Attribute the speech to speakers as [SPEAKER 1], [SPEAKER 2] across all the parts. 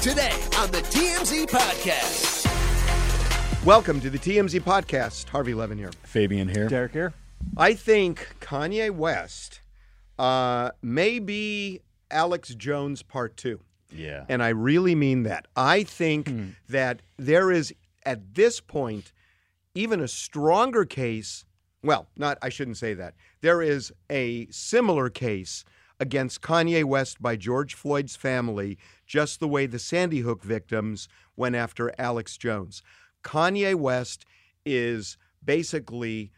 [SPEAKER 1] today on the TMZ Podcast.
[SPEAKER 2] Welcome to the TMZ podcast. Harvey Levin here.
[SPEAKER 3] Fabian here.
[SPEAKER 4] Derek here.
[SPEAKER 2] I think Kanye West uh, may be Alex Jones part two.
[SPEAKER 3] Yeah.
[SPEAKER 2] And I really mean that. I think that there is, at this point, even a stronger case. Well, not, I shouldn't say that. There is a similar case against Kanye West by George Floyd's family, just the way the Sandy Hook victims went after Alex Jones. Kanye West is basically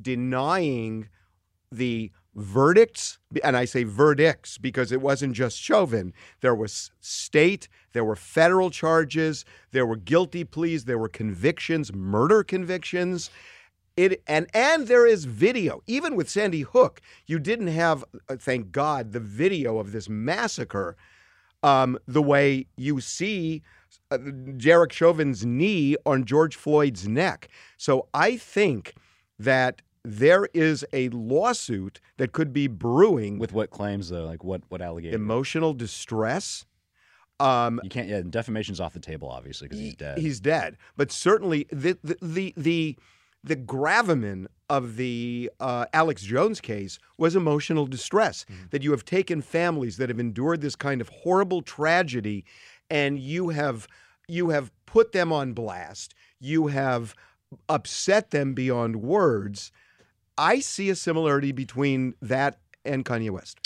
[SPEAKER 2] denying the verdicts, and I say verdicts because it wasn't just Chauvin. There was state, there were federal charges, there were guilty pleas, there were convictions, murder convictions. It and and there is video. Even with Sandy Hook, you didn't have, uh, thank God, the video of this massacre. Um, the way you see uh, Derek Chauvin's knee on George Floyd's neck. So I think that there is a lawsuit that could be brewing
[SPEAKER 3] With what claims though? Like what what allegation?
[SPEAKER 2] emotional distress. Um,
[SPEAKER 3] you can't. Yeah, defamation's off the table, obviously, because he's
[SPEAKER 2] he-
[SPEAKER 3] dead.
[SPEAKER 2] He's dead. But certainly the the the the, the gravamen of the uh, Alex Jones case was emotional distress.
[SPEAKER 3] Mm-hmm.
[SPEAKER 2] That you have taken families that have endured this kind of horrible tragedy, and you have you have put them on blast. You have upset them beyond words. I see a similarity between that and Kanye West.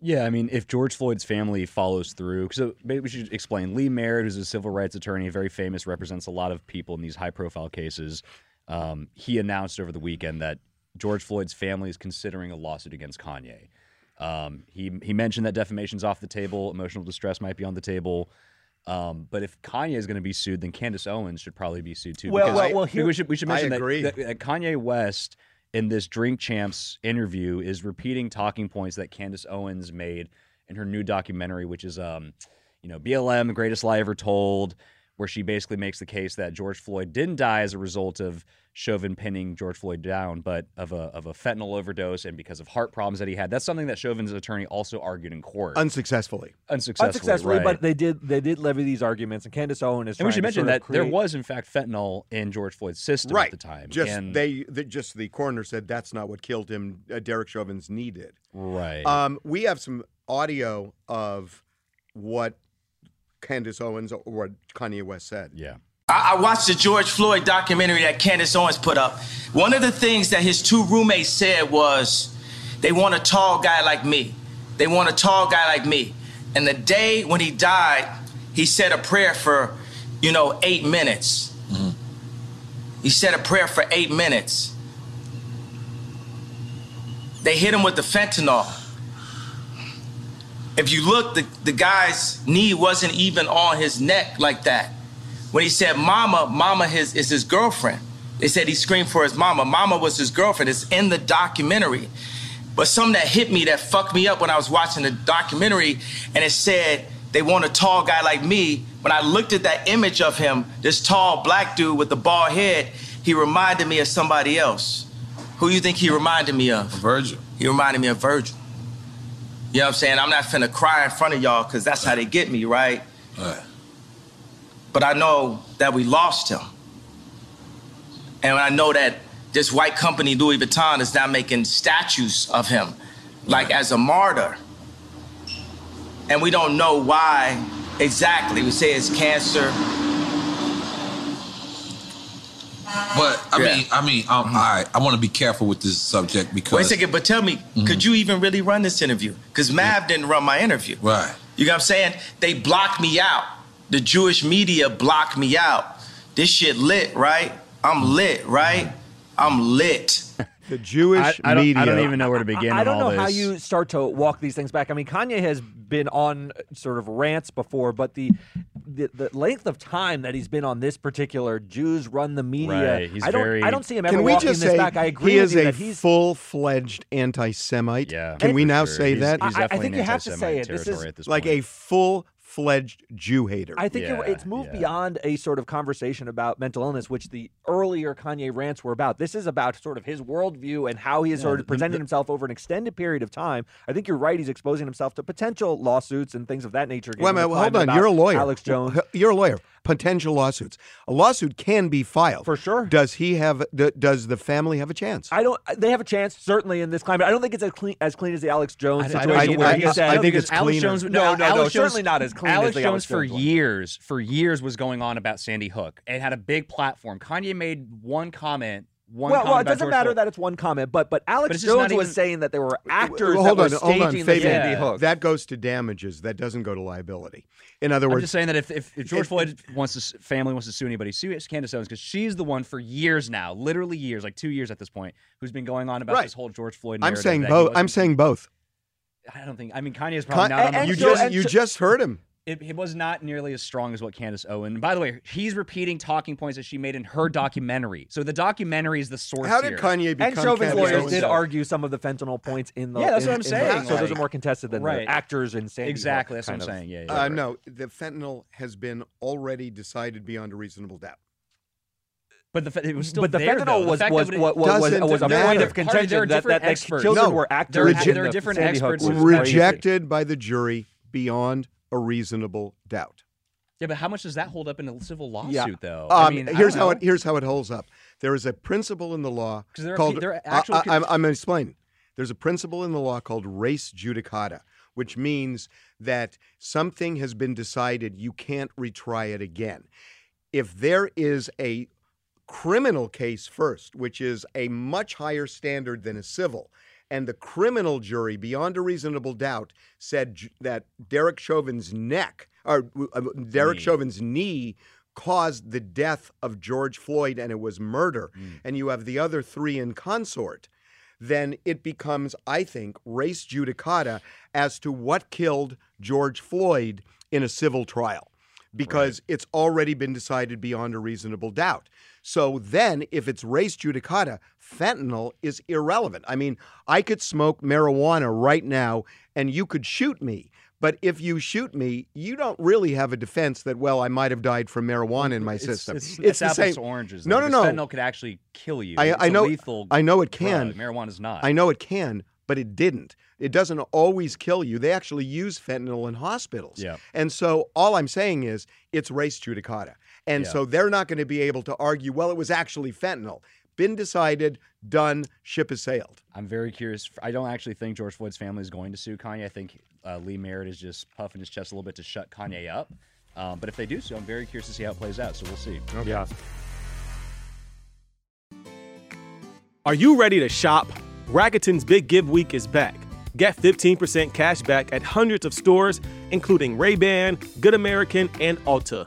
[SPEAKER 3] yeah, I mean, if George Floyd's family follows through, so maybe we should explain. Lee Merritt, who's a civil rights attorney, very famous, represents a lot of people in these high-profile cases. Um, he announced over the weekend that George Floyd's family is considering a lawsuit against Kanye. Um, he he mentioned that defamation's off the table, emotional distress might be on the table. Um, but if Kanye is going to be sued, then Candace Owens should probably be sued too.
[SPEAKER 4] Well,
[SPEAKER 3] because-
[SPEAKER 4] well, well, here-
[SPEAKER 3] we should we should
[SPEAKER 2] I
[SPEAKER 3] mention that-
[SPEAKER 2] agree.
[SPEAKER 3] That, that uh, Kanye West in this Drink Champs interview is repeating talking points that Candace Owens made in her new documentary, which is um, you know, BLM, the greatest lie ever told, where she basically makes the case that George Floyd didn't die as a result of Chauvin pinning George Floyd down, but of a of a fentanyl overdose and because of heart problems that he had. That's something that Chauvin's attorney also argued in court.
[SPEAKER 2] Unsuccessfully.
[SPEAKER 3] unsuccessfully,
[SPEAKER 4] Unsuccessfully,
[SPEAKER 3] right.
[SPEAKER 4] but they did they did levy these arguments, and Candace Owen is.
[SPEAKER 3] and we should
[SPEAKER 4] trying to
[SPEAKER 3] mention
[SPEAKER 4] sort of
[SPEAKER 3] that there
[SPEAKER 4] create-
[SPEAKER 3] was in fact fentanyl in George Floyd's system
[SPEAKER 2] right
[SPEAKER 3] at the time.
[SPEAKER 2] Just
[SPEAKER 3] And-
[SPEAKER 2] they, the, just the coroner said that's not what killed him. Uh, Derek Chauvin's knee did.
[SPEAKER 3] right.
[SPEAKER 2] Um, we have some audio of what Candace Owens or what Kanye West said.
[SPEAKER 3] yeah.
[SPEAKER 5] I, I watched the George Floyd documentary that Candace Owens put up. One of the things that his two roommates said was, they want a tall guy like me. They want a tall guy like me. And the day when he died, he said a prayer for, you know, eight minutes. He said a prayer for eight minutes. They hit him with the fentanyl. If you look, the, the guy's knee wasn't even on his neck like that. When he said mama, mama his, is his girlfriend. They said he screamed for his mama. Mama was his girlfriend. It's in the documentary. But something that hit me, that fucked me up when I was watching the documentary, and it said they want a tall guy like me. When I looked at that image of him, this tall black dude with the bald head, he reminded me of somebody else. Who you think he reminded me of? Virgil. He reminded me of Virgil. You know what I'm saying? I'm not finna cry in front of y'all because that's how they get me, right? But I know that we lost him. And I know that this white company, Louis Vuitton, is now making statues of him, like as a martyr. And we don't know why exactly. We say it's cancer.
[SPEAKER 6] But I
[SPEAKER 5] Yeah.
[SPEAKER 6] mean, I mean, um, all right. I want to be careful with this subject
[SPEAKER 5] Wait a
[SPEAKER 6] because
[SPEAKER 5] second, but tell me, could you even really run this interview? Because Mav didn't run my interview.
[SPEAKER 6] right,
[SPEAKER 5] You know what I'm saying? They blocked me out. The Jewish media blocked me out. This shit lit, right? I'm lit, right? I'm lit.
[SPEAKER 2] The Jewish
[SPEAKER 3] I, I, don't,
[SPEAKER 2] media.
[SPEAKER 3] I don't even know where to begin.
[SPEAKER 4] I
[SPEAKER 3] in
[SPEAKER 4] don't know
[SPEAKER 3] all
[SPEAKER 4] how
[SPEAKER 3] this.
[SPEAKER 4] you start to walk these things back. I mean, Kanye has been on uh, sort of rants before, but the the, the length of time that he's been on this particular Jews run the media.
[SPEAKER 3] Right, he's
[SPEAKER 4] I don't
[SPEAKER 3] very-
[SPEAKER 4] I don't see him ever
[SPEAKER 2] Can we
[SPEAKER 4] walking
[SPEAKER 2] just
[SPEAKER 4] this
[SPEAKER 2] say
[SPEAKER 4] back. I agree
[SPEAKER 2] he
[SPEAKER 4] with
[SPEAKER 2] is
[SPEAKER 4] you
[SPEAKER 2] a
[SPEAKER 4] that he's
[SPEAKER 2] full-fledged anti-Semite?
[SPEAKER 3] Yeah,
[SPEAKER 2] Can we
[SPEAKER 3] for
[SPEAKER 2] now
[SPEAKER 3] sure.
[SPEAKER 2] say
[SPEAKER 3] He's-
[SPEAKER 2] that?
[SPEAKER 3] He's
[SPEAKER 4] I- I
[SPEAKER 3] definitely
[SPEAKER 4] think
[SPEAKER 3] in
[SPEAKER 4] you have to say
[SPEAKER 3] anti-Semitic
[SPEAKER 4] it. This
[SPEAKER 3] territory
[SPEAKER 4] is
[SPEAKER 3] at this
[SPEAKER 2] like
[SPEAKER 3] point.
[SPEAKER 2] a full fledged Jew hater.
[SPEAKER 4] I think you're-
[SPEAKER 3] Yeah,
[SPEAKER 4] it's moved
[SPEAKER 3] yeah.
[SPEAKER 4] beyond a sort of conversation about mental illness, which the earlier Kanye rants were about. This is about sort of his worldview and how he has sort of presented himself over an extended period of time. I think you're right; he's exposing himself to potential lawsuits and things of that nature.
[SPEAKER 2] Wait a
[SPEAKER 4] given the
[SPEAKER 2] minute, hold
[SPEAKER 4] climate
[SPEAKER 2] on.
[SPEAKER 4] about
[SPEAKER 2] You're a lawyer.
[SPEAKER 4] Alex Jones.
[SPEAKER 2] H- You're a lawyer. Potential lawsuits. A lawsuit can be filed
[SPEAKER 4] For sure.
[SPEAKER 2] Does he have? th- Does the family have a chance?
[SPEAKER 4] I don't. uh, They have a chance, certainly, in this climate. I don't think it's as clean as clean as the Alex Jones
[SPEAKER 2] I-
[SPEAKER 4] situation where
[SPEAKER 2] I-
[SPEAKER 4] he said,
[SPEAKER 2] I think
[SPEAKER 3] because
[SPEAKER 2] it's
[SPEAKER 3] Alex
[SPEAKER 2] cleaner.
[SPEAKER 3] Jones.
[SPEAKER 4] No, no, no,
[SPEAKER 3] Alex
[SPEAKER 4] certainly
[SPEAKER 3] Jones-
[SPEAKER 4] not as clean as
[SPEAKER 3] Alex
[SPEAKER 4] the
[SPEAKER 3] Jones
[SPEAKER 4] Alex
[SPEAKER 3] for
[SPEAKER 4] Jones one.
[SPEAKER 3] years, for years was going on about Sandy Hook and had a big platform. Kanye made one comment. One
[SPEAKER 4] Well,
[SPEAKER 3] comment
[SPEAKER 4] well, it
[SPEAKER 3] about
[SPEAKER 4] doesn't
[SPEAKER 3] George
[SPEAKER 4] matter
[SPEAKER 3] Floyd.
[SPEAKER 4] that it's one comment, but but Alex
[SPEAKER 3] But it's just
[SPEAKER 4] Jones
[SPEAKER 3] not
[SPEAKER 4] was
[SPEAKER 3] even-
[SPEAKER 4] saying that there were actors
[SPEAKER 2] Well, hold
[SPEAKER 4] that
[SPEAKER 2] on,
[SPEAKER 4] were
[SPEAKER 2] hold
[SPEAKER 4] staging
[SPEAKER 2] on,
[SPEAKER 4] the
[SPEAKER 2] Fabian.
[SPEAKER 4] Sandy
[SPEAKER 3] Yeah.
[SPEAKER 4] Hook.
[SPEAKER 2] That goes to damages. That doesn't go to liability. In other
[SPEAKER 3] I'm
[SPEAKER 2] words,
[SPEAKER 3] just saying that if, if, if George
[SPEAKER 2] it-
[SPEAKER 3] Floyd wants to s- family wants to sue anybody, sue Candace Owens because she's the one for years now, literally years, like two years at this point, who's been going on about
[SPEAKER 2] Right.
[SPEAKER 3] this whole George Floyd.
[SPEAKER 2] I'm
[SPEAKER 3] narrative
[SPEAKER 2] saying
[SPEAKER 3] that he
[SPEAKER 2] both. I'm
[SPEAKER 3] wasn't-
[SPEAKER 2] saying both.
[SPEAKER 3] I don't think. I mean, Kanye's
[SPEAKER 2] Con-
[SPEAKER 3] probably not. on the
[SPEAKER 4] and
[SPEAKER 2] you
[SPEAKER 3] list.
[SPEAKER 4] so-
[SPEAKER 2] just
[SPEAKER 4] and
[SPEAKER 2] you
[SPEAKER 4] so-
[SPEAKER 2] just heard him.
[SPEAKER 3] it, it was not nearly as strong as what Candace Owen. By the way, he's repeating talking points that she made in her documentary. So the documentary is the source.
[SPEAKER 2] How did
[SPEAKER 3] here.
[SPEAKER 2] Kanye become?
[SPEAKER 4] And Chauvin's
[SPEAKER 2] Kanye
[SPEAKER 4] lawyers
[SPEAKER 2] Owens?
[SPEAKER 4] did argue some of the fentanyl points in the.
[SPEAKER 3] Yeah, that's
[SPEAKER 4] in-
[SPEAKER 3] what I'm
[SPEAKER 4] in the-
[SPEAKER 3] saying,
[SPEAKER 4] so those are
[SPEAKER 3] like-
[SPEAKER 4] more contested than
[SPEAKER 3] Right.
[SPEAKER 4] the actors in Sandy Hook,
[SPEAKER 3] Exactly. That's what I'm
[SPEAKER 4] kind of.
[SPEAKER 3] saying. Yeah. yeah.
[SPEAKER 2] Uh, no, the fentanyl has been already decided beyond a reasonable doubt.
[SPEAKER 3] but the fe- it was still
[SPEAKER 4] but the
[SPEAKER 3] there,
[SPEAKER 4] fentanyl
[SPEAKER 3] though. The
[SPEAKER 4] was
[SPEAKER 3] fact
[SPEAKER 4] was
[SPEAKER 3] that it-
[SPEAKER 4] what, what was,
[SPEAKER 2] Doesn't
[SPEAKER 4] was a
[SPEAKER 2] matter.
[SPEAKER 4] point
[SPEAKER 2] There
[SPEAKER 4] of
[SPEAKER 2] are
[SPEAKER 4] contention
[SPEAKER 3] different
[SPEAKER 4] that, that, that
[SPEAKER 3] experts.
[SPEAKER 4] children
[SPEAKER 2] No,
[SPEAKER 4] were actors.
[SPEAKER 2] there-
[SPEAKER 4] in
[SPEAKER 3] there are
[SPEAKER 4] the
[SPEAKER 3] different
[SPEAKER 4] Sandy
[SPEAKER 3] experts
[SPEAKER 4] Hook
[SPEAKER 3] in
[SPEAKER 4] was
[SPEAKER 3] this
[SPEAKER 4] crazy.
[SPEAKER 2] Rejected by the jury beyond a reasonable doubt.
[SPEAKER 3] yeah, but how much does that hold up in a civil lawsuit,
[SPEAKER 4] Yeah.
[SPEAKER 3] though?
[SPEAKER 2] Um,
[SPEAKER 3] Oh, I mean, I
[SPEAKER 2] here's
[SPEAKER 3] don't
[SPEAKER 2] how
[SPEAKER 3] know.
[SPEAKER 2] it here's how it holds up. There is a principle in the law
[SPEAKER 3] 'Cause there are pe-
[SPEAKER 2] called.
[SPEAKER 3] there are actual
[SPEAKER 2] I,
[SPEAKER 3] con-
[SPEAKER 2] am explaining. There's a principle in the law called res judicata, which means that something has been decided, you can't retry it again. If there is a criminal case first, which is a much higher standard than a civil. And the criminal jury, beyond a reasonable doubt, said j- that Derek Chauvin's neck or uh, Derek Chauvin's knee caused the death of George Floyd and it was murder. And you have the other three in consort. Then it becomes, I think, race judicata as to what killed George Floyd in a civil trial because it's already been decided beyond a reasonable doubt. So then, if it's race judicata, fentanyl is irrelevant. I mean, I could smoke marijuana right now and you could shoot me. But if you shoot me, you don't really have a defense that, well, I might have died from marijuana in my
[SPEAKER 3] It's-
[SPEAKER 2] system.
[SPEAKER 3] It's, it's,
[SPEAKER 2] the
[SPEAKER 3] apples
[SPEAKER 2] same.
[SPEAKER 3] to oranges.
[SPEAKER 2] No, no,
[SPEAKER 3] though, because
[SPEAKER 2] no.
[SPEAKER 3] Fentanyl could actually kill you.
[SPEAKER 2] I,
[SPEAKER 3] It's
[SPEAKER 2] I
[SPEAKER 3] a
[SPEAKER 2] know.
[SPEAKER 3] Lethal
[SPEAKER 2] I know it can.
[SPEAKER 3] drug. Marijuana's not.
[SPEAKER 2] I know it can, but it didn't. It doesn't always kill you. They actually use fentanyl in hospitals.
[SPEAKER 3] Yeah.
[SPEAKER 2] And so all I'm saying is it's race judicata. And
[SPEAKER 3] Yeah.
[SPEAKER 2] so they're not going to be able to argue, well, it was actually fentanyl. Been decided, done, ship has sailed.
[SPEAKER 3] I'm very curious. I don't actually think George Floyd's family is going to sue Kanye. I think uh, Lee Merritt is just puffing his chest a little bit to shut Kanye up. Um, but if they do so, I'm very curious to see how it plays out. So we'll see.
[SPEAKER 4] Yeah.
[SPEAKER 7] Are you ready to shop? Rakuten's Big Give Week is back. Get 15% cash back at hundreds of stores, including Ray-Ban, Good American, and Ulta.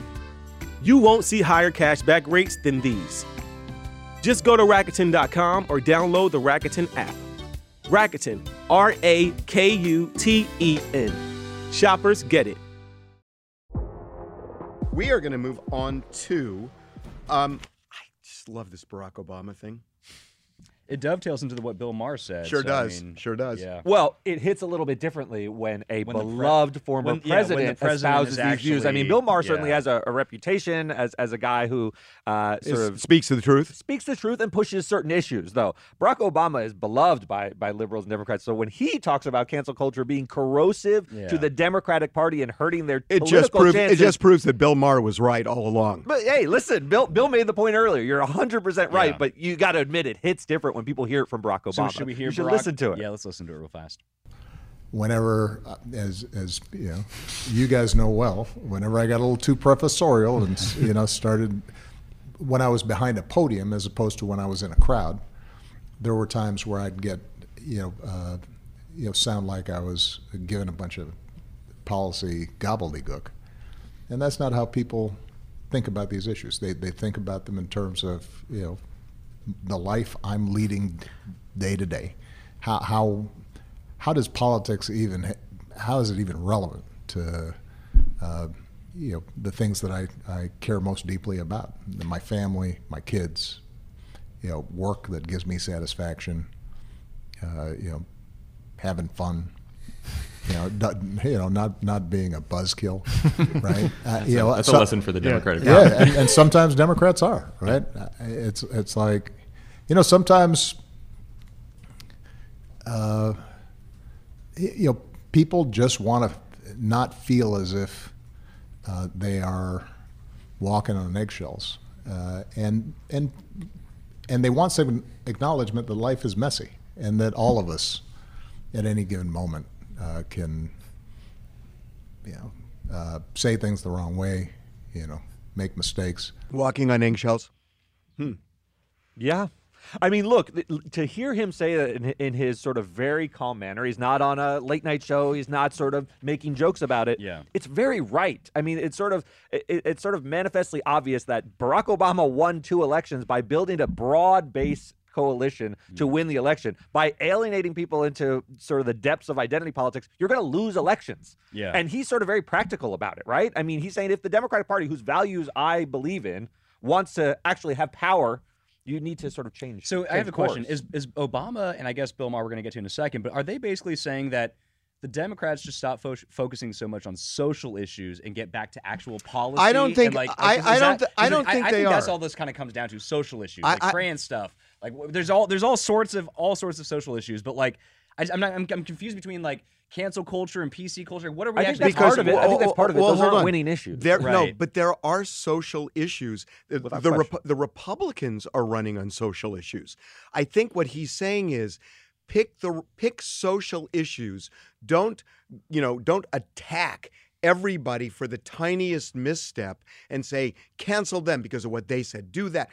[SPEAKER 7] You won't see higher cashback rates than these. Just go to Rakuten.com or download the Rakuten app. Rakuten, R A K U T E N. Shoppers get it.
[SPEAKER 2] We are going to move on to. Um, I just love this Barack Obama thing.
[SPEAKER 3] It dovetails into the, what Bill Maher said.
[SPEAKER 2] Sure
[SPEAKER 3] so, I
[SPEAKER 2] does.
[SPEAKER 3] mean,
[SPEAKER 2] Sure does.
[SPEAKER 3] Yeah.
[SPEAKER 4] Well, it hits a little bit differently when a
[SPEAKER 3] When the pre-
[SPEAKER 4] beloved former
[SPEAKER 3] when- yeah, when the
[SPEAKER 4] president,
[SPEAKER 3] president is
[SPEAKER 4] espouses these views. I mean,
[SPEAKER 3] actually-
[SPEAKER 4] Bill Maher certainly
[SPEAKER 3] yeah.
[SPEAKER 4] has a, a reputation as as a guy who uh, sort
[SPEAKER 2] Is-
[SPEAKER 4] of
[SPEAKER 2] speaks to the truth.
[SPEAKER 4] speaks the truth and pushes certain issues though barack obama is beloved by by liberals and democrats so when he talks about cancel culture being corrosive
[SPEAKER 3] Yeah.
[SPEAKER 4] to the democratic party and hurting their
[SPEAKER 2] It
[SPEAKER 4] political
[SPEAKER 2] just proves
[SPEAKER 4] chances,
[SPEAKER 2] it just proves that Bill Maher was right all along.
[SPEAKER 4] but hey, listen, Bill. Bill made the point earlier. You're 100 percent right,
[SPEAKER 3] Yeah.
[SPEAKER 4] but you got to admit it hits different when people hear it from Barack
[SPEAKER 3] So
[SPEAKER 4] Obama.
[SPEAKER 3] should we hear?
[SPEAKER 4] You should
[SPEAKER 3] Barack-
[SPEAKER 4] listen to it.
[SPEAKER 3] Yeah, let's listen to it real fast.
[SPEAKER 8] whenever, uh, as as you know, you guys know well, whenever I got a little too professorial and s- you know started when I was behind a podium as opposed to when I was in a crowd, there were times where I'd get you know uh, you know sound like I was given a bunch of policy gobbledygook, and that's not how people think about these issues. They they think about them in terms of you know the life I'm leading day to day. How how how does politics even how is it even relevant to uh, you know the things that I, I care most deeply about my family my kids you know work that gives me satisfaction uh, you know having fun you know not, you know not not being a buzzkill right uh, you know
[SPEAKER 9] That's
[SPEAKER 8] so-
[SPEAKER 9] a lesson for the Democratic
[SPEAKER 8] yeah, and, and sometimes Democrats are right. It's it's like, you know, sometimes, uh, y- you know, people just want to not feel as if uh, they are walking on eggshells, uh, and and and they want some acknowledgement that life is messy and that all of us, at any given moment, uh, can you know, uh, say things the wrong way, you know, make mistakes.
[SPEAKER 2] Walking on eggshells.
[SPEAKER 4] Yeah. I mean, look, th- l- to hear him say that in, in his sort of very calm manner, he's not on a late night show, he's not sort of making jokes about it.
[SPEAKER 3] Yeah.
[SPEAKER 4] It's very right. I mean, it's sort of it, it- it's sort of manifestly obvious that Barack Obama won two elections by building a broad base coalition to
[SPEAKER 3] Mm.
[SPEAKER 4] win the election. By alienating people into sort of the depths of identity politics, you're going to lose elections.
[SPEAKER 3] Yeah.
[SPEAKER 4] And he's sort of very practical about it, right? I mean, he's saying if the Democratic Party, whose values I believe in, wants to actually have power, you need to sort of change.
[SPEAKER 3] So I
[SPEAKER 4] change
[SPEAKER 3] have a question:
[SPEAKER 4] course.
[SPEAKER 3] Is is Obama and I guess Bill Maher we're going to get to in a second, but are they basically saying that the Democrats should stop fo- focusing so much on social issues and get back to actual policy?
[SPEAKER 2] I don't
[SPEAKER 3] and,
[SPEAKER 2] think-
[SPEAKER 3] like,
[SPEAKER 2] I-
[SPEAKER 3] is
[SPEAKER 2] I don't
[SPEAKER 3] that-
[SPEAKER 2] thi- I
[SPEAKER 3] is it-
[SPEAKER 2] don't think
[SPEAKER 3] I,
[SPEAKER 2] they
[SPEAKER 3] think That's
[SPEAKER 2] are.
[SPEAKER 3] all this kind of comes down to social issues,
[SPEAKER 2] I-
[SPEAKER 3] like
[SPEAKER 2] I-
[SPEAKER 3] trans stuff. Like w- there's all there's all sorts of all sorts of social issues, but like I, am not I'm, I'm confused between like cancel culture and PC culture. What are we
[SPEAKER 4] I think
[SPEAKER 3] actually
[SPEAKER 4] that's part of it. I
[SPEAKER 2] Well,
[SPEAKER 4] think that's part of it.
[SPEAKER 2] well,
[SPEAKER 4] Those
[SPEAKER 2] hold
[SPEAKER 4] aren't
[SPEAKER 2] on.
[SPEAKER 4] winning issues.
[SPEAKER 2] There, No,
[SPEAKER 3] Right.
[SPEAKER 2] but there are social issues. The,
[SPEAKER 4] Without
[SPEAKER 2] the,
[SPEAKER 4] question.
[SPEAKER 2] Repu- the Republicans are running on social issues. I think what he's saying is pick the pick social issues. Don't you know? Don't attack everybody for the tiniest misstep and say cancel them because of what they said. Do that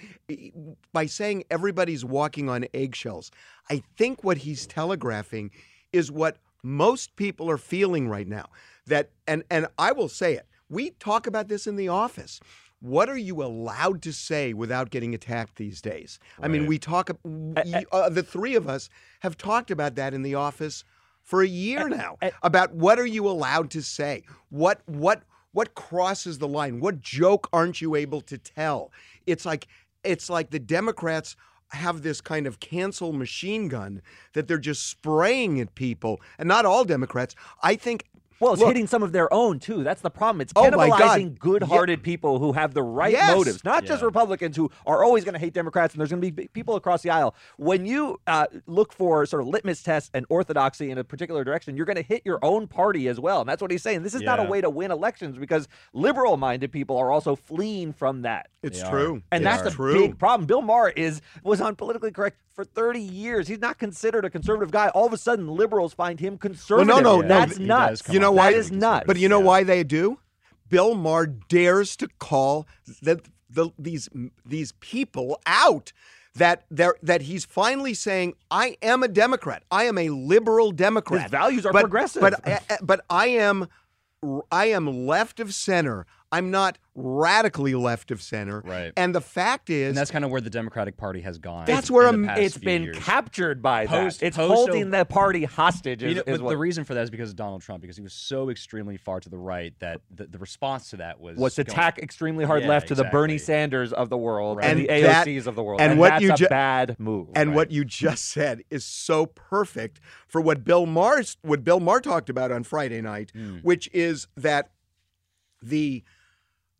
[SPEAKER 2] by saying everybody's walking on eggshells. I think what he's telegraphing is what most people are feeling right now that and and I will say it we talk about this in the office what are you allowed to say without getting attacked these days I mean we talk you, uh, the three of us have talked about that in the office for a year now about what are you allowed to say what what what crosses the line what joke aren't you able to tell it's like it's like the democrats have this kind of cancel machine gun that they're just spraying at people and not all democrats i think
[SPEAKER 4] Well, it's
[SPEAKER 2] look,
[SPEAKER 4] hitting some of their own too. That's the problem. It's
[SPEAKER 2] Oh, my
[SPEAKER 4] cannibalizing
[SPEAKER 2] God.
[SPEAKER 4] good-hearted people who have the right
[SPEAKER 2] Yes.
[SPEAKER 4] motives, not just Republicans who are always going to hate Democrats. And there's going to be big people across the aisle. When you uh, look for sort of litmus tests and orthodoxy in a particular direction, you're going to hit your own party as well. And that's what he's saying. This is not a
[SPEAKER 3] Yeah.
[SPEAKER 4] way to win elections because liberal-minded people are also fleeing from that.
[SPEAKER 2] it's
[SPEAKER 3] They are.
[SPEAKER 2] true It's
[SPEAKER 4] And that's the
[SPEAKER 2] true
[SPEAKER 4] big problem. Bill Maher is was on politically correct for 30 years. He's not considered a conservative guy. All of a sudden, liberals find him conservative.
[SPEAKER 2] no, no,
[SPEAKER 4] that's
[SPEAKER 2] he
[SPEAKER 4] nuts.
[SPEAKER 3] does
[SPEAKER 2] You know why?
[SPEAKER 4] That is nuts.
[SPEAKER 2] But you know why they do? Bill Maher dares to call the, the, these these people out. That they're, that he's finally saying, I am a Democrat. I am a liberal Democrat.
[SPEAKER 4] His values are
[SPEAKER 2] but,
[SPEAKER 4] progressive.
[SPEAKER 2] But I- I- but I am I am left of center. I'm not radically left of center.
[SPEAKER 3] Right.
[SPEAKER 2] And the fact is,
[SPEAKER 3] And that's kind of where the Democratic Party has gone.
[SPEAKER 2] That's where
[SPEAKER 3] in the
[SPEAKER 2] I'm-
[SPEAKER 3] past
[SPEAKER 4] It's
[SPEAKER 3] few
[SPEAKER 4] been
[SPEAKER 3] years.
[SPEAKER 4] captured by
[SPEAKER 3] Post-
[SPEAKER 4] that. It's
[SPEAKER 3] post-
[SPEAKER 4] holding the party hostage. Is,
[SPEAKER 3] You know,
[SPEAKER 4] is
[SPEAKER 3] but
[SPEAKER 4] what
[SPEAKER 3] the reason for that is because of Donald Trump, because he was so extremely far to the right that the, the response to that was
[SPEAKER 4] was to
[SPEAKER 3] going-
[SPEAKER 4] tack extremely hard
[SPEAKER 3] Yeah,
[SPEAKER 4] left to the Bernie
[SPEAKER 3] exactly.
[SPEAKER 4] Sanders of the world
[SPEAKER 2] And
[SPEAKER 4] and, the
[SPEAKER 2] that-
[SPEAKER 4] AOCs of the world.
[SPEAKER 2] and what
[SPEAKER 4] that's
[SPEAKER 2] you
[SPEAKER 4] a
[SPEAKER 2] ju-
[SPEAKER 4] bad move.
[SPEAKER 2] And what you just said is so perfect for what Bill Maher what Bill Maher talked about on Friday night,
[SPEAKER 3] Mm.
[SPEAKER 2] which is that the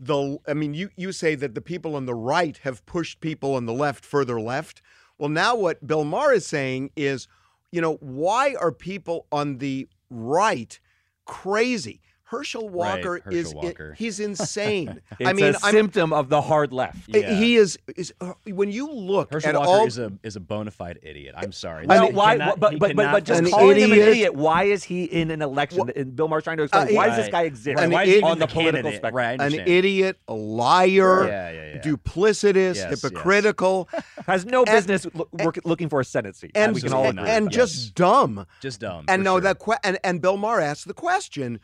[SPEAKER 2] the I mean you you say that the people on the right have pushed people on the left further left. Well, now what Bill Maher is saying is, you know, why are people on the right crazy? Herschel
[SPEAKER 3] Right,
[SPEAKER 2] Walker
[SPEAKER 3] Herschel
[SPEAKER 2] is
[SPEAKER 3] Walker.
[SPEAKER 2] he's insane.
[SPEAKER 4] it's
[SPEAKER 2] I mean,
[SPEAKER 4] a
[SPEAKER 2] I'm,
[SPEAKER 4] symptom of the hard left.
[SPEAKER 3] Yeah.
[SPEAKER 2] he is is uh, when you look
[SPEAKER 3] Herschel
[SPEAKER 2] at
[SPEAKER 3] Walker
[SPEAKER 2] all
[SPEAKER 3] is a is a bona fide idiot. I'm sorry.
[SPEAKER 4] Well,
[SPEAKER 3] He
[SPEAKER 4] why?
[SPEAKER 3] cannot-
[SPEAKER 4] but,
[SPEAKER 3] he
[SPEAKER 4] but, but,
[SPEAKER 3] cannot
[SPEAKER 4] but just
[SPEAKER 2] An
[SPEAKER 3] function.
[SPEAKER 4] calling him an
[SPEAKER 2] idiot.
[SPEAKER 4] idiot. Why is he in an election? and Bill Maher's trying to explain
[SPEAKER 2] Uh,
[SPEAKER 4] why
[SPEAKER 3] Right.
[SPEAKER 4] does this guy exist
[SPEAKER 3] Right,
[SPEAKER 2] An
[SPEAKER 3] why is he
[SPEAKER 4] on
[SPEAKER 3] even
[SPEAKER 4] the
[SPEAKER 3] a
[SPEAKER 4] political
[SPEAKER 3] candidate?
[SPEAKER 4] spectrum?
[SPEAKER 3] Right, I
[SPEAKER 2] an
[SPEAKER 3] undersure.
[SPEAKER 2] idiot, a liar,
[SPEAKER 3] Yeah, yeah, yeah.
[SPEAKER 2] duplicitous,
[SPEAKER 3] Yes, yes.
[SPEAKER 2] hypocritical,
[SPEAKER 4] Has no
[SPEAKER 2] And-
[SPEAKER 4] business loo- work- looking for a Senate seat.
[SPEAKER 2] and
[SPEAKER 4] we can all
[SPEAKER 2] and,
[SPEAKER 4] agree.
[SPEAKER 3] on
[SPEAKER 2] and
[SPEAKER 3] that.
[SPEAKER 2] just dumb.
[SPEAKER 3] Just dumb.
[SPEAKER 2] And
[SPEAKER 3] for
[SPEAKER 2] no,
[SPEAKER 3] sure.
[SPEAKER 2] that que- and and Bill Maher asked the question,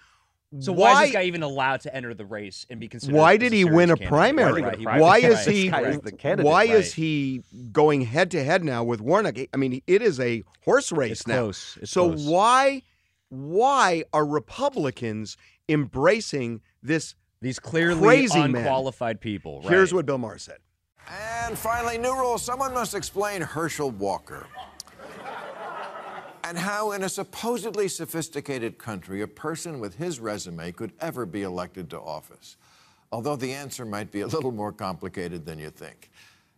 [SPEAKER 3] So why, is this guy even allowed to enter the race and be considered?
[SPEAKER 2] why
[SPEAKER 3] as
[SPEAKER 2] did
[SPEAKER 3] a
[SPEAKER 2] he
[SPEAKER 3] serious
[SPEAKER 2] win a
[SPEAKER 3] candidate?
[SPEAKER 2] primary?
[SPEAKER 3] Right,
[SPEAKER 4] Right.
[SPEAKER 2] Why
[SPEAKER 4] Right.
[SPEAKER 2] is he?
[SPEAKER 4] Right. The candidate,
[SPEAKER 2] Why
[SPEAKER 4] right.
[SPEAKER 2] is he going head to head now with Warnock? I mean, it is a horse race
[SPEAKER 3] It's
[SPEAKER 2] now.
[SPEAKER 3] close. It's
[SPEAKER 2] so
[SPEAKER 3] close.
[SPEAKER 2] why why are Republicans embracing this?
[SPEAKER 3] These clearly
[SPEAKER 2] Crazy man.
[SPEAKER 3] unqualified people. Right?
[SPEAKER 2] Here's what Bill Maher said.
[SPEAKER 9] And finally, new rule someone must explain Herschel Walker. And how, in a supposedly sophisticated country, a person with his resume could ever be elected to office. Although the answer might be a little more complicated than you think.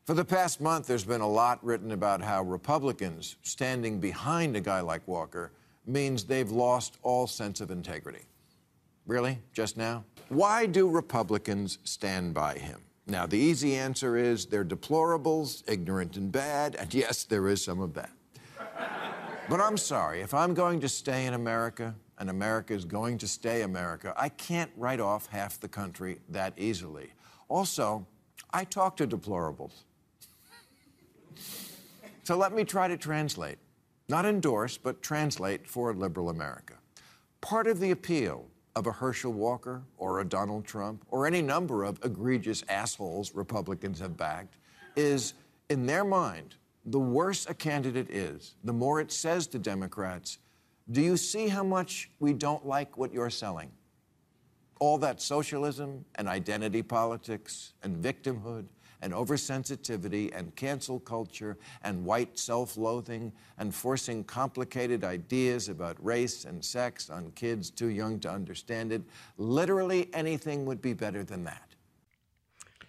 [SPEAKER 9] For the past month, there's been a lot written about how Republicans standing behind a guy like Walker means they've lost all sense of integrity. Really? Just now? Why do Republicans stand by him? Now, the easy answer is they're deplorables, ignorant and bad, and yes, there is some of that. but I'm sorry, if I'm going to stay in America, and America is going to stay America, I can't write off half the country that easily. Also, I talk to deplorables. So let me try to translate. Not endorse, but translate for liberal America. Part of the appeal of a Herschel Walker or a Donald Trump or any number of egregious assholes Republicans have backed is, in their mind, the worse a candidate is, the more it says to Democrats, do you see how much we don't like what you're selling? all that socialism and identity politics and victimhood and oversensitivity and cancel culture and white self loathing and forcing complicated ideas about race and sex on kids too young to understand it. Literally anything would be better than that.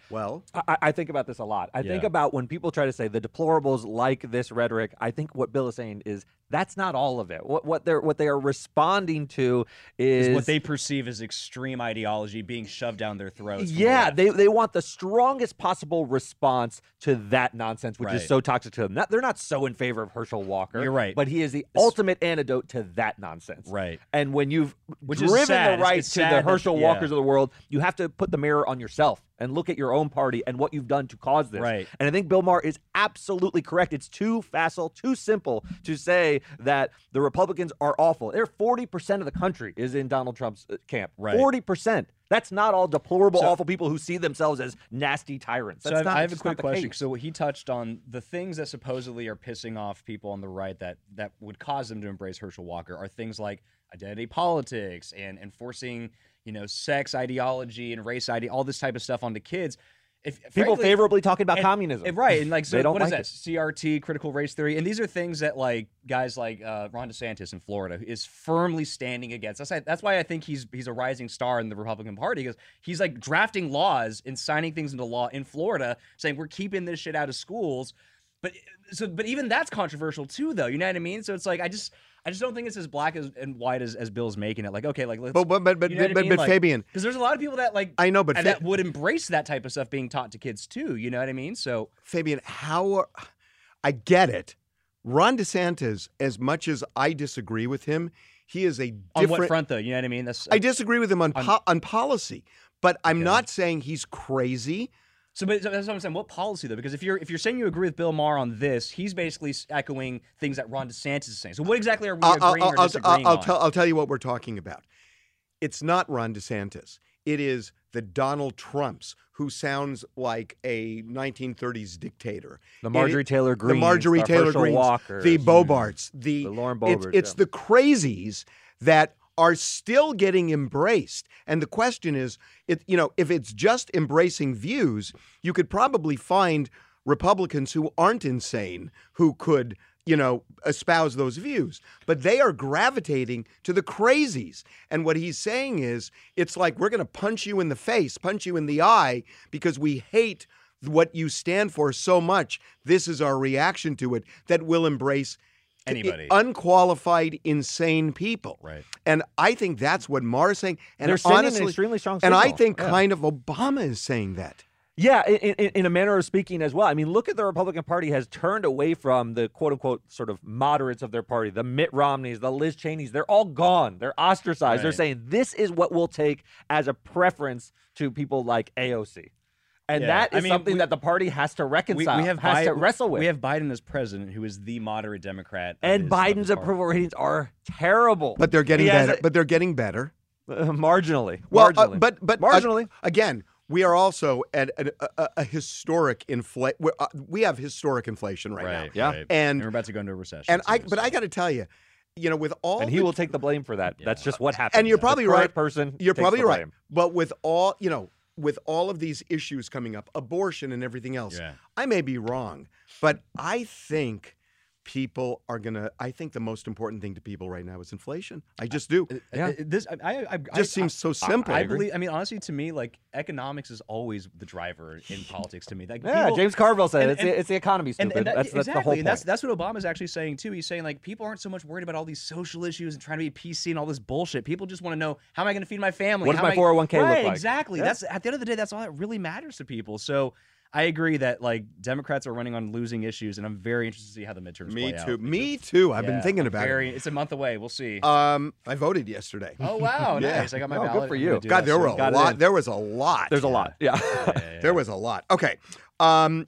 [SPEAKER 2] Well,
[SPEAKER 4] I, I think about this a lot. I think
[SPEAKER 3] Yeah.
[SPEAKER 4] about when people try to say the deplorables like this rhetoric. I think what Bill is saying is that's not all of it. What what they're what they are responding to is,
[SPEAKER 3] is what they perceive as extreme ideology being shoved down their throats. from the
[SPEAKER 4] Yeah,
[SPEAKER 3] left.
[SPEAKER 4] they, they want the strongest possible response to that nonsense, which
[SPEAKER 3] Right.
[SPEAKER 4] is so toxic to them. Not, they're not so in favor of Herschel Walker.
[SPEAKER 3] You're right.
[SPEAKER 4] But he is the ultimate antidote to that nonsense.
[SPEAKER 3] Right.
[SPEAKER 4] And when you've
[SPEAKER 3] Which is
[SPEAKER 4] driven
[SPEAKER 3] sad.
[SPEAKER 4] the
[SPEAKER 3] It's-
[SPEAKER 4] right
[SPEAKER 3] it's
[SPEAKER 4] to the
[SPEAKER 3] sad that-
[SPEAKER 4] Herschel
[SPEAKER 3] yeah.
[SPEAKER 4] Walkers of the world, you have to put the mirror on yourself and look at your own party and what you've done to cause this.
[SPEAKER 3] Right.
[SPEAKER 4] And I think Bill Maher is absolutely correct. It's too facile, too simple to say that the Republicans are awful. They're 40% of the country is in Donald Trump's uh, camp.
[SPEAKER 3] Right.
[SPEAKER 4] 40%. That's not all deplorable, awful people who see themselves as nasty tyrants.
[SPEAKER 3] So
[SPEAKER 4] That's
[SPEAKER 3] I have,
[SPEAKER 4] not,
[SPEAKER 3] I have a
[SPEAKER 4] that's not
[SPEAKER 3] quick
[SPEAKER 4] the
[SPEAKER 3] question.
[SPEAKER 4] case.
[SPEAKER 3] So he touched on the things that supposedly are pissing off people on the right that that would cause them to embrace Herschel Walker are things like identity politics and enforcing you know sex ideology and race ide all this type of stuff onto kids. If
[SPEAKER 4] People
[SPEAKER 3] frankly-
[SPEAKER 4] favorably talking about
[SPEAKER 3] and-
[SPEAKER 4] communism.
[SPEAKER 3] and right? And like, so
[SPEAKER 4] they don't
[SPEAKER 3] what is
[SPEAKER 4] like
[SPEAKER 3] that? CRT, critical race theory, and these are things that like guys like uh, Ron DeSantis in Florida is firmly standing against. That's that's why I think he's he's a rising star in the Republican Party because he's like drafting laws and signing things into law in Florida, saying we're keeping this shit out of schools. But so, but even that's controversial too, though. You know what I mean? So it's like I just, I just don't think it's as black as, and white as, as Bill's making it. Like, okay, like let's.
[SPEAKER 2] But- but- but- but- but- but Fabian-
[SPEAKER 3] because there's a lot of people that like
[SPEAKER 2] I know, but
[SPEAKER 3] and
[SPEAKER 2] Fa-
[SPEAKER 3] that would embrace that type of stuff being taught to kids too. You know what I mean? So
[SPEAKER 2] Fabian, how are, I get it. Ron DeSantis, as much as I disagree with him, he is a
[SPEAKER 3] on
[SPEAKER 2] different
[SPEAKER 3] what front though? You know what I mean? That's uh,
[SPEAKER 2] I disagree with him on po- on policy, but I'm not saying he's crazy.
[SPEAKER 3] so. But so that's what I'm saying. What policy though? Because if you're if you're saying you agree with Bill Maher on this, he's basically echoing things that Ron DeSantis is saying. So what exactly are we
[SPEAKER 2] I'll,
[SPEAKER 3] agreeing
[SPEAKER 2] I'll,
[SPEAKER 3] or
[SPEAKER 2] I'll,
[SPEAKER 3] disagreeing
[SPEAKER 2] I'll
[SPEAKER 3] on?
[SPEAKER 2] tell I'll tell you what we're talking about. It's not Ron DeSantis. It is the Donald Trumps who sounds like a 1930s dictator.
[SPEAKER 4] The
[SPEAKER 2] It-
[SPEAKER 4] Marjorie Taylor
[SPEAKER 2] the
[SPEAKER 4] Greens,
[SPEAKER 2] Marjorie
[SPEAKER 4] the
[SPEAKER 2] Taylor
[SPEAKER 4] Herschel
[SPEAKER 2] Greens,
[SPEAKER 4] Walkers,
[SPEAKER 2] the
[SPEAKER 4] mm,
[SPEAKER 2] Bobarts, the,
[SPEAKER 4] the Lauren
[SPEAKER 2] it's-
[SPEAKER 4] Boeberts,
[SPEAKER 2] It's,
[SPEAKER 4] yeah.
[SPEAKER 2] the crazies that are still getting embraced. And the question is, it, you know, if it's just embracing views, you could probably find Republicans who aren't insane who could, you know, espouse those views. But they are gravitating to the crazies. And what he's saying is, it's like we're going to punch you in the face, punch you in the eye because we hate what you stand for so much. This is our reaction to it that will embrace
[SPEAKER 3] Anybody.
[SPEAKER 2] unqualified, insane people.
[SPEAKER 3] Right.
[SPEAKER 2] And I think that's what Mars saying. And
[SPEAKER 4] They're sending an
[SPEAKER 2] honestly,
[SPEAKER 4] extremely strong
[SPEAKER 2] And I
[SPEAKER 4] signal.
[SPEAKER 2] think
[SPEAKER 4] Yeah.
[SPEAKER 2] kind of Obama is saying that.
[SPEAKER 4] Yeah, in, in, in a manner of speaking as well. I mean, look at the Republican Party has turned away from the quote unquote sort of moderates of their party, the Mitt Romneys, the Liz Cheneys. They're all gone. They're ostracized. They're
[SPEAKER 3] Right.
[SPEAKER 4] saying this is what we'll take as a preference to people like AOC. And
[SPEAKER 3] Yeah.
[SPEAKER 4] that
[SPEAKER 3] I
[SPEAKER 4] is
[SPEAKER 3] mean,
[SPEAKER 4] something
[SPEAKER 3] we-
[SPEAKER 4] that the party has to
[SPEAKER 3] we, we
[SPEAKER 4] reconcile,
[SPEAKER 3] have
[SPEAKER 4] has
[SPEAKER 3] Bi-
[SPEAKER 4] to wrestle with.
[SPEAKER 3] We have Biden as president, who is the moderate Democrat, of
[SPEAKER 4] and
[SPEAKER 3] his- of his
[SPEAKER 4] Biden's
[SPEAKER 3] party.
[SPEAKER 4] approval ratings are terrible.
[SPEAKER 2] But they're getting
[SPEAKER 4] He has
[SPEAKER 2] better.
[SPEAKER 4] a-
[SPEAKER 2] but they're getting better.
[SPEAKER 4] marginally.
[SPEAKER 2] Well, uh,
[SPEAKER 4] marginally.
[SPEAKER 2] but but uh,
[SPEAKER 4] marginally.
[SPEAKER 2] again, we are also at an, a, a- a historic inflation. Uh, we have historic inflation right,
[SPEAKER 3] right.
[SPEAKER 2] now,
[SPEAKER 4] Yeah.
[SPEAKER 3] right.
[SPEAKER 2] And-
[SPEAKER 3] we're about to go into a recession.
[SPEAKER 2] and I
[SPEAKER 3] soon,
[SPEAKER 2] but
[SPEAKER 3] so-
[SPEAKER 2] I got to tell you, you know, with all
[SPEAKER 4] and he
[SPEAKER 2] the-
[SPEAKER 4] will take the blame for that. That's just what happened.
[SPEAKER 2] and you're
[SPEAKER 4] The
[SPEAKER 2] probably
[SPEAKER 4] current
[SPEAKER 2] right.
[SPEAKER 4] Person,
[SPEAKER 2] You're
[SPEAKER 4] takes
[SPEAKER 2] probably
[SPEAKER 4] the
[SPEAKER 2] right.
[SPEAKER 4] blame.
[SPEAKER 2] But with all you know, with all of these issues coming up, abortion and everything else,
[SPEAKER 3] Yeah.
[SPEAKER 2] I may be wrong, but I think people are gonna. I think the most important thing to people right now is inflation. I just do. It
[SPEAKER 3] Uh, This I, I, I I-
[SPEAKER 2] just seems so
[SPEAKER 3] I-
[SPEAKER 2] simple.
[SPEAKER 3] I, believe. I mean, honestly, to me, like economics is always the driver in politics. To me, like
[SPEAKER 4] Yeah,
[SPEAKER 3] people-
[SPEAKER 4] James Carville said
[SPEAKER 3] and-
[SPEAKER 4] it's,
[SPEAKER 3] and-
[SPEAKER 4] the, it's the economy, stupid.
[SPEAKER 3] that-
[SPEAKER 4] that's, that's the whole
[SPEAKER 3] exactly,
[SPEAKER 4] point.
[SPEAKER 3] and that's that's what Obama's actually saying too. He's saying like people aren't so much worried about all these social issues and trying to be PC and all this bullshit. People just want to know how am I going to feed my family?
[SPEAKER 4] What does
[SPEAKER 3] How
[SPEAKER 4] my
[SPEAKER 3] am I-
[SPEAKER 4] 401k look
[SPEAKER 3] Right,
[SPEAKER 4] like?
[SPEAKER 3] Exactly.
[SPEAKER 4] Yeah.
[SPEAKER 3] That's at the end of the day, that's all that really matters to people. So I agree that like Democrats are running on losing issues, and I'm very interested to see how the midterms
[SPEAKER 2] me
[SPEAKER 3] play out.
[SPEAKER 2] too. Me too. I've
[SPEAKER 3] Yeah,
[SPEAKER 2] been thinking
[SPEAKER 3] I'm
[SPEAKER 2] about
[SPEAKER 3] very, It's a month away. We'll see.
[SPEAKER 2] it. Um, I voted yesterday.
[SPEAKER 3] oh wow,
[SPEAKER 2] yeah.
[SPEAKER 3] nice! I got my
[SPEAKER 4] No, good
[SPEAKER 3] ballot.
[SPEAKER 4] for
[SPEAKER 3] I'm gonna
[SPEAKER 4] you.
[SPEAKER 3] do
[SPEAKER 2] God,
[SPEAKER 3] that
[SPEAKER 2] there
[SPEAKER 3] soon.
[SPEAKER 2] were a
[SPEAKER 4] Got it
[SPEAKER 2] lot.
[SPEAKER 4] in.
[SPEAKER 2] There was a lot.
[SPEAKER 4] There's a lot. Yeah.
[SPEAKER 2] There was a lot. Okay. Um,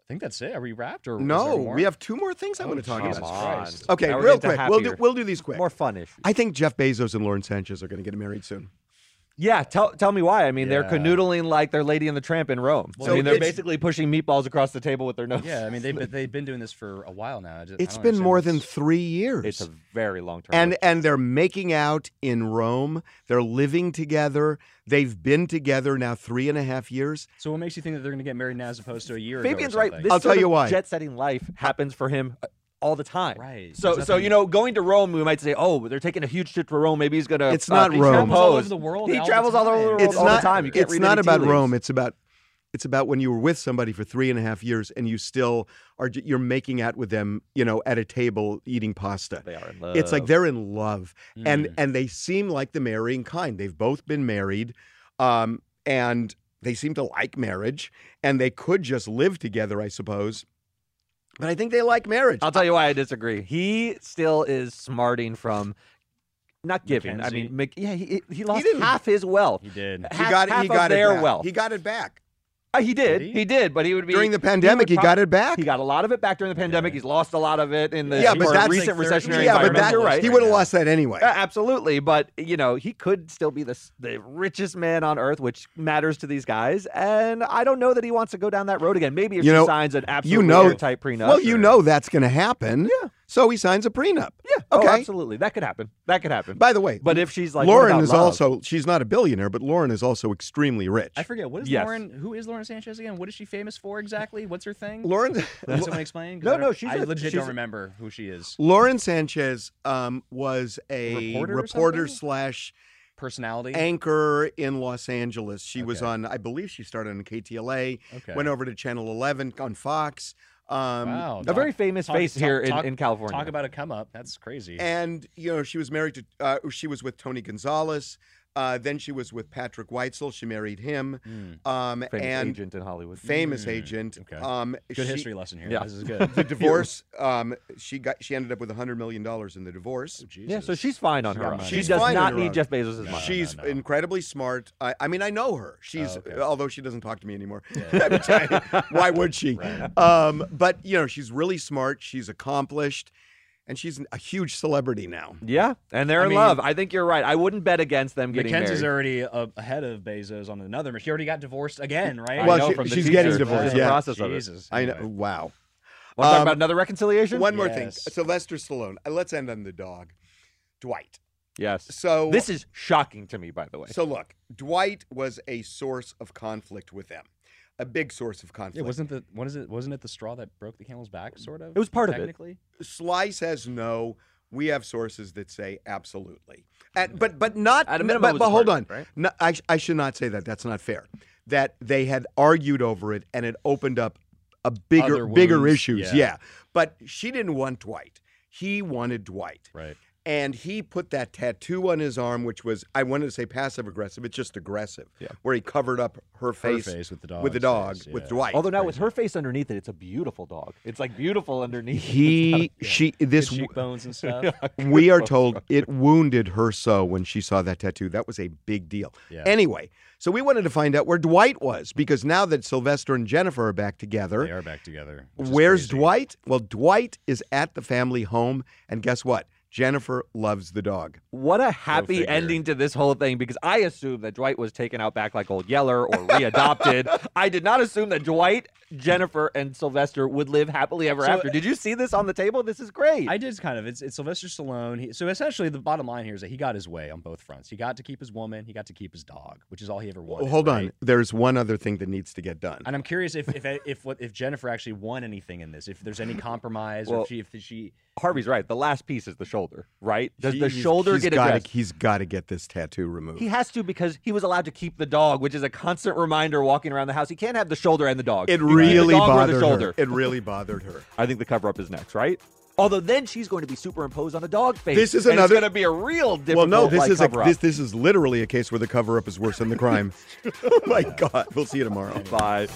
[SPEAKER 3] I think that's it. Are we wrapped or is
[SPEAKER 2] no,
[SPEAKER 3] there more?
[SPEAKER 2] we have two more things I want to talk
[SPEAKER 3] Jesus
[SPEAKER 2] about.
[SPEAKER 3] Christ.
[SPEAKER 2] Okay,
[SPEAKER 4] Oh, Now we're
[SPEAKER 2] real quick.
[SPEAKER 4] getting to
[SPEAKER 2] We'll do
[SPEAKER 4] happier.
[SPEAKER 2] we'll do these quick.
[SPEAKER 4] More fun ish.
[SPEAKER 2] I think Jeff Bezos and Lauren Sanchez are going to get married soon.
[SPEAKER 4] Yeah, tell tell me why. I mean,
[SPEAKER 3] Yeah.
[SPEAKER 4] they're canoodling like their Lady and the Tramp in Rome.
[SPEAKER 2] So
[SPEAKER 4] I mean, they're
[SPEAKER 2] it's-
[SPEAKER 4] basically pushing meatballs across the table with their nose.
[SPEAKER 3] Yeah, I mean they've been, they've been doing this for a while now. I just, I
[SPEAKER 2] It's
[SPEAKER 3] don't
[SPEAKER 2] been
[SPEAKER 3] understand
[SPEAKER 2] more
[SPEAKER 3] what's-
[SPEAKER 2] than three years.
[SPEAKER 4] it's a very long term.
[SPEAKER 2] and and they're making out in Rome. They're living together. They've been together now three and a half years.
[SPEAKER 3] So what makes you think that they're going to get married now as opposed to a year
[SPEAKER 4] Fabian's
[SPEAKER 3] ago? or
[SPEAKER 4] right.
[SPEAKER 3] something?
[SPEAKER 4] This
[SPEAKER 2] I'll tell
[SPEAKER 4] sort
[SPEAKER 2] you
[SPEAKER 4] of
[SPEAKER 2] why.
[SPEAKER 4] Jet setting life happens for him uh, all the time.
[SPEAKER 3] Right.
[SPEAKER 4] So
[SPEAKER 3] There's
[SPEAKER 4] so
[SPEAKER 3] nothing-
[SPEAKER 4] you know, going to Rome, we might say, oh, they're taking a huge trip to Rome. Maybe he's gonna.
[SPEAKER 2] It's
[SPEAKER 4] uh,
[SPEAKER 2] not
[SPEAKER 4] he
[SPEAKER 2] Rome. He
[SPEAKER 3] travels all over
[SPEAKER 4] propose.
[SPEAKER 3] the world
[SPEAKER 4] He
[SPEAKER 3] all the
[SPEAKER 4] travels all over the
[SPEAKER 3] time.
[SPEAKER 4] world
[SPEAKER 2] It's
[SPEAKER 4] all
[SPEAKER 2] not
[SPEAKER 4] the time. You can't
[SPEAKER 2] it's
[SPEAKER 4] read
[SPEAKER 2] not
[SPEAKER 4] any tea
[SPEAKER 2] about
[SPEAKER 4] leaves.
[SPEAKER 2] Rome. It's about it's about when you were with somebody for three and a half years and you still are j- you're making out with them, you know, at a table eating pasta.
[SPEAKER 4] They are in
[SPEAKER 2] It's like
[SPEAKER 4] love. Mm.
[SPEAKER 2] they're in love, and and they seem like the marrying kind. They've both been married, um, and they seem to like marriage, and they could just live together, I suppose. But I think they like marriage.
[SPEAKER 4] I'll tell you why I disagree. He still is smarting from not giving. I
[SPEAKER 3] Mackenzie.
[SPEAKER 4] mean, Mc, yeah, he, he lost
[SPEAKER 2] didn't-
[SPEAKER 4] half his wealth.
[SPEAKER 3] he did.
[SPEAKER 2] he
[SPEAKER 4] half-
[SPEAKER 2] got
[SPEAKER 4] half
[SPEAKER 2] he
[SPEAKER 4] of
[SPEAKER 2] got it
[SPEAKER 4] their
[SPEAKER 2] back.
[SPEAKER 4] wealth.
[SPEAKER 2] He got it back
[SPEAKER 4] Uh, he did.
[SPEAKER 3] he?
[SPEAKER 4] he? did, but he would be
[SPEAKER 2] during the pandemic. He,
[SPEAKER 4] would
[SPEAKER 2] got
[SPEAKER 4] prob-
[SPEAKER 2] it back.
[SPEAKER 4] He got a lot of it back during the pandemic. He's lost a lot of it in the
[SPEAKER 2] yeah,
[SPEAKER 4] more
[SPEAKER 2] but that's
[SPEAKER 4] recent
[SPEAKER 3] like thirty-
[SPEAKER 4] recessionary
[SPEAKER 2] yeah, but
[SPEAKER 4] environment.
[SPEAKER 2] that,
[SPEAKER 4] You're right.
[SPEAKER 2] he would have
[SPEAKER 3] now.
[SPEAKER 2] lost that anyway.
[SPEAKER 4] A- absolutely, but you know he could still be the s- the richest man on earth, which matters to these guys. And I don't know that he wants to go down that road again. Maybe if
[SPEAKER 2] You know-
[SPEAKER 4] he signs an absolute
[SPEAKER 2] you know,
[SPEAKER 4] type prenup.
[SPEAKER 2] well, you
[SPEAKER 4] or-
[SPEAKER 2] know that's going to happen. Yeah. So he signs a prenup.
[SPEAKER 4] yeah,
[SPEAKER 2] Okay.
[SPEAKER 4] oh, absolutely, that could happen. That could happen.
[SPEAKER 2] By the way,
[SPEAKER 4] but if she's like what
[SPEAKER 2] Lauren
[SPEAKER 4] about
[SPEAKER 2] is
[SPEAKER 4] love?
[SPEAKER 2] also she's not a billionaire, but Lauren is also extremely rich.
[SPEAKER 3] I forget what is
[SPEAKER 4] Yes.
[SPEAKER 3] Lauren. Who is Lauren Sanchez again? What is she famous for exactly? What's her thing?
[SPEAKER 2] Lauren.
[SPEAKER 3] Can someone explain? 'Cause
[SPEAKER 4] No,
[SPEAKER 3] I don't-
[SPEAKER 4] no, she's
[SPEAKER 3] I
[SPEAKER 4] a-
[SPEAKER 3] legit
[SPEAKER 4] she's
[SPEAKER 3] don't
[SPEAKER 4] a-
[SPEAKER 3] remember who she is.
[SPEAKER 2] Lauren Sanchez um, was a
[SPEAKER 3] Reporter or
[SPEAKER 2] reporter
[SPEAKER 3] something?
[SPEAKER 2] slash
[SPEAKER 3] Personality.
[SPEAKER 2] anchor in Los Angeles. She was
[SPEAKER 3] Okay.
[SPEAKER 2] on, I believe, she started on KTLA,
[SPEAKER 3] Okay.
[SPEAKER 2] went over to Channel 11 on Fox. Um,
[SPEAKER 3] wow.
[SPEAKER 4] a very famous
[SPEAKER 3] talk-
[SPEAKER 4] face
[SPEAKER 3] talk-
[SPEAKER 4] here in,
[SPEAKER 3] talk-
[SPEAKER 4] in California.
[SPEAKER 3] Talk about a come up. That's crazy.
[SPEAKER 2] And you know, she was married to. Uh, she was with Tony Gonzalez. Uh, then she was with Patrick Weitzel. She married him. Um,
[SPEAKER 4] Hmm. famous
[SPEAKER 2] and
[SPEAKER 4] agent Hmm, in Hollywood.
[SPEAKER 2] famous agent.
[SPEAKER 3] okay.
[SPEAKER 2] Um,
[SPEAKER 3] good
[SPEAKER 2] she-
[SPEAKER 3] history lesson here.
[SPEAKER 4] Yeah.
[SPEAKER 3] This is good.
[SPEAKER 2] The divorce. um, she got. She ended up with a hundred million dollars in the divorce.
[SPEAKER 4] Yeah, so she's fine on her
[SPEAKER 3] She's
[SPEAKER 4] own. Oh, She
[SPEAKER 2] She's
[SPEAKER 4] does
[SPEAKER 2] fine on
[SPEAKER 4] not
[SPEAKER 2] her own.
[SPEAKER 4] need Jeff Bezos' money.
[SPEAKER 2] She's
[SPEAKER 3] no, no.
[SPEAKER 2] incredibly smart. I, I mean, I know
[SPEAKER 4] Oh,
[SPEAKER 2] her. She's
[SPEAKER 3] okay.
[SPEAKER 2] although she doesn't talk to me anymore. I would say, why would she? Um, but you know, she's really smart. She's accomplished, and she's a huge celebrity now.
[SPEAKER 4] Yeah, and they're in
[SPEAKER 3] mean-
[SPEAKER 4] love. I think you're right. I wouldn't bet against them getting
[SPEAKER 3] Mackenzie's already
[SPEAKER 4] married.
[SPEAKER 3] uh, ahead of Bezos on another. She already got divorced again, right?
[SPEAKER 4] I
[SPEAKER 2] Well,
[SPEAKER 4] know
[SPEAKER 2] she-
[SPEAKER 4] from the
[SPEAKER 2] she's getting
[SPEAKER 4] teaser,
[SPEAKER 2] divorced,
[SPEAKER 4] just the
[SPEAKER 2] yeah.
[SPEAKER 4] process of it.
[SPEAKER 3] Jesus.
[SPEAKER 2] I know.
[SPEAKER 3] Anyway.
[SPEAKER 2] Wow.
[SPEAKER 4] Want to
[SPEAKER 2] Um,
[SPEAKER 4] talk about another reconciliation?
[SPEAKER 2] One more thing.
[SPEAKER 3] Yes.
[SPEAKER 2] Sylvester Stallone. Uh, Let's end on the dog, Dwight.
[SPEAKER 4] Yes.
[SPEAKER 2] So
[SPEAKER 4] This is shocking to me, by the way.
[SPEAKER 2] So look, Dwight was a source of conflict with them, a big source of conflict.
[SPEAKER 3] It wasn't the what is it? Wasn't it the straw that broke the camel's back? Sort of.
[SPEAKER 4] It was part of it.
[SPEAKER 3] technically?
[SPEAKER 2] Sly says no. We have sources that say absolutely, and, but but not.
[SPEAKER 4] At a
[SPEAKER 2] n-
[SPEAKER 4] minimum,
[SPEAKER 2] but,
[SPEAKER 4] it was
[SPEAKER 2] but
[SPEAKER 4] a
[SPEAKER 2] hold on.
[SPEAKER 4] target, right?
[SPEAKER 2] No, I, sh- I should not say that. That's not fair. That they had argued over it, and it opened up a bigger
[SPEAKER 3] Other
[SPEAKER 2] bigger
[SPEAKER 3] wounds,
[SPEAKER 2] issues.
[SPEAKER 3] yeah.
[SPEAKER 2] yeah, but she didn't want Dwight. He wanted Dwight.
[SPEAKER 3] Right.
[SPEAKER 2] and he put that tattoo on his arm, which was I wanted to say passive aggressive, it's just aggressive. Yeah. Where he covered up her face,
[SPEAKER 3] face with the
[SPEAKER 2] with the dog
[SPEAKER 3] dog's face,
[SPEAKER 2] with
[SPEAKER 3] yeah.
[SPEAKER 2] Dwight.
[SPEAKER 4] Although now with her face underneath it, it's a beautiful dog. It's like beautiful underneath.
[SPEAKER 2] he she this
[SPEAKER 3] Cheekbones and stuff.
[SPEAKER 2] we are told it wounded her so when she saw that tattoo. That was a big deal.
[SPEAKER 3] Yeah.
[SPEAKER 2] Anyway, so we wanted to find out where Dwight was because now that Sylvester and Jennifer are back together,
[SPEAKER 3] They are back together. which is
[SPEAKER 2] where's
[SPEAKER 3] crazy.
[SPEAKER 2] Dwight? Well, Dwight is at the family home, and guess what? Jennifer loves the dog.
[SPEAKER 4] What a happy
[SPEAKER 3] figure.
[SPEAKER 4] ending to this whole thing because I assumed that Dwight was taken out back like old Yeller or readopted. I did not assume that Dwight, Jennifer, and Sylvester would live happily ever
[SPEAKER 3] So-
[SPEAKER 4] after. Did you see this on the table? This is great.
[SPEAKER 3] I did kind of. It's, it's Sylvester Stallone. He, so essentially, the bottom line here is that he got his way on both fronts. He got to keep his woman. He got to keep his dog, which is all he ever wanted.
[SPEAKER 2] Well, hold
[SPEAKER 3] right?
[SPEAKER 2] on. There's one other thing that needs to get done.
[SPEAKER 3] And I'm curious if if if what if Jennifer actually won anything in this. If there's any compromise, or
[SPEAKER 4] Well,
[SPEAKER 3] if she if she
[SPEAKER 4] Harvey's right. The last piece is the shoulder, right? Does the
[SPEAKER 2] He's-
[SPEAKER 4] shoulder
[SPEAKER 2] he's
[SPEAKER 4] get
[SPEAKER 2] gotta-
[SPEAKER 4] addressed?
[SPEAKER 2] He's got to get this tattoo removed.
[SPEAKER 4] He has to because he was allowed to keep the dog, which is a constant reminder walking around the house. He can't have the shoulder and the dog.
[SPEAKER 2] it
[SPEAKER 4] He can keep
[SPEAKER 2] really
[SPEAKER 4] the dog or
[SPEAKER 2] bothered
[SPEAKER 4] the shoulder.
[SPEAKER 2] her. It really bothered her.
[SPEAKER 4] I think the cover up is next, right? Although then she's going to be superimposed on a dog face.
[SPEAKER 2] This is
[SPEAKER 4] and
[SPEAKER 2] another-
[SPEAKER 4] It's going to be a real
[SPEAKER 2] Well,
[SPEAKER 4] difficult.
[SPEAKER 2] no, this
[SPEAKER 4] like,
[SPEAKER 2] is a,
[SPEAKER 4] cover up.
[SPEAKER 2] this this is literally a case where the cover up is worse than the crime. oh my god, we'll see you tomorrow.
[SPEAKER 4] Bye.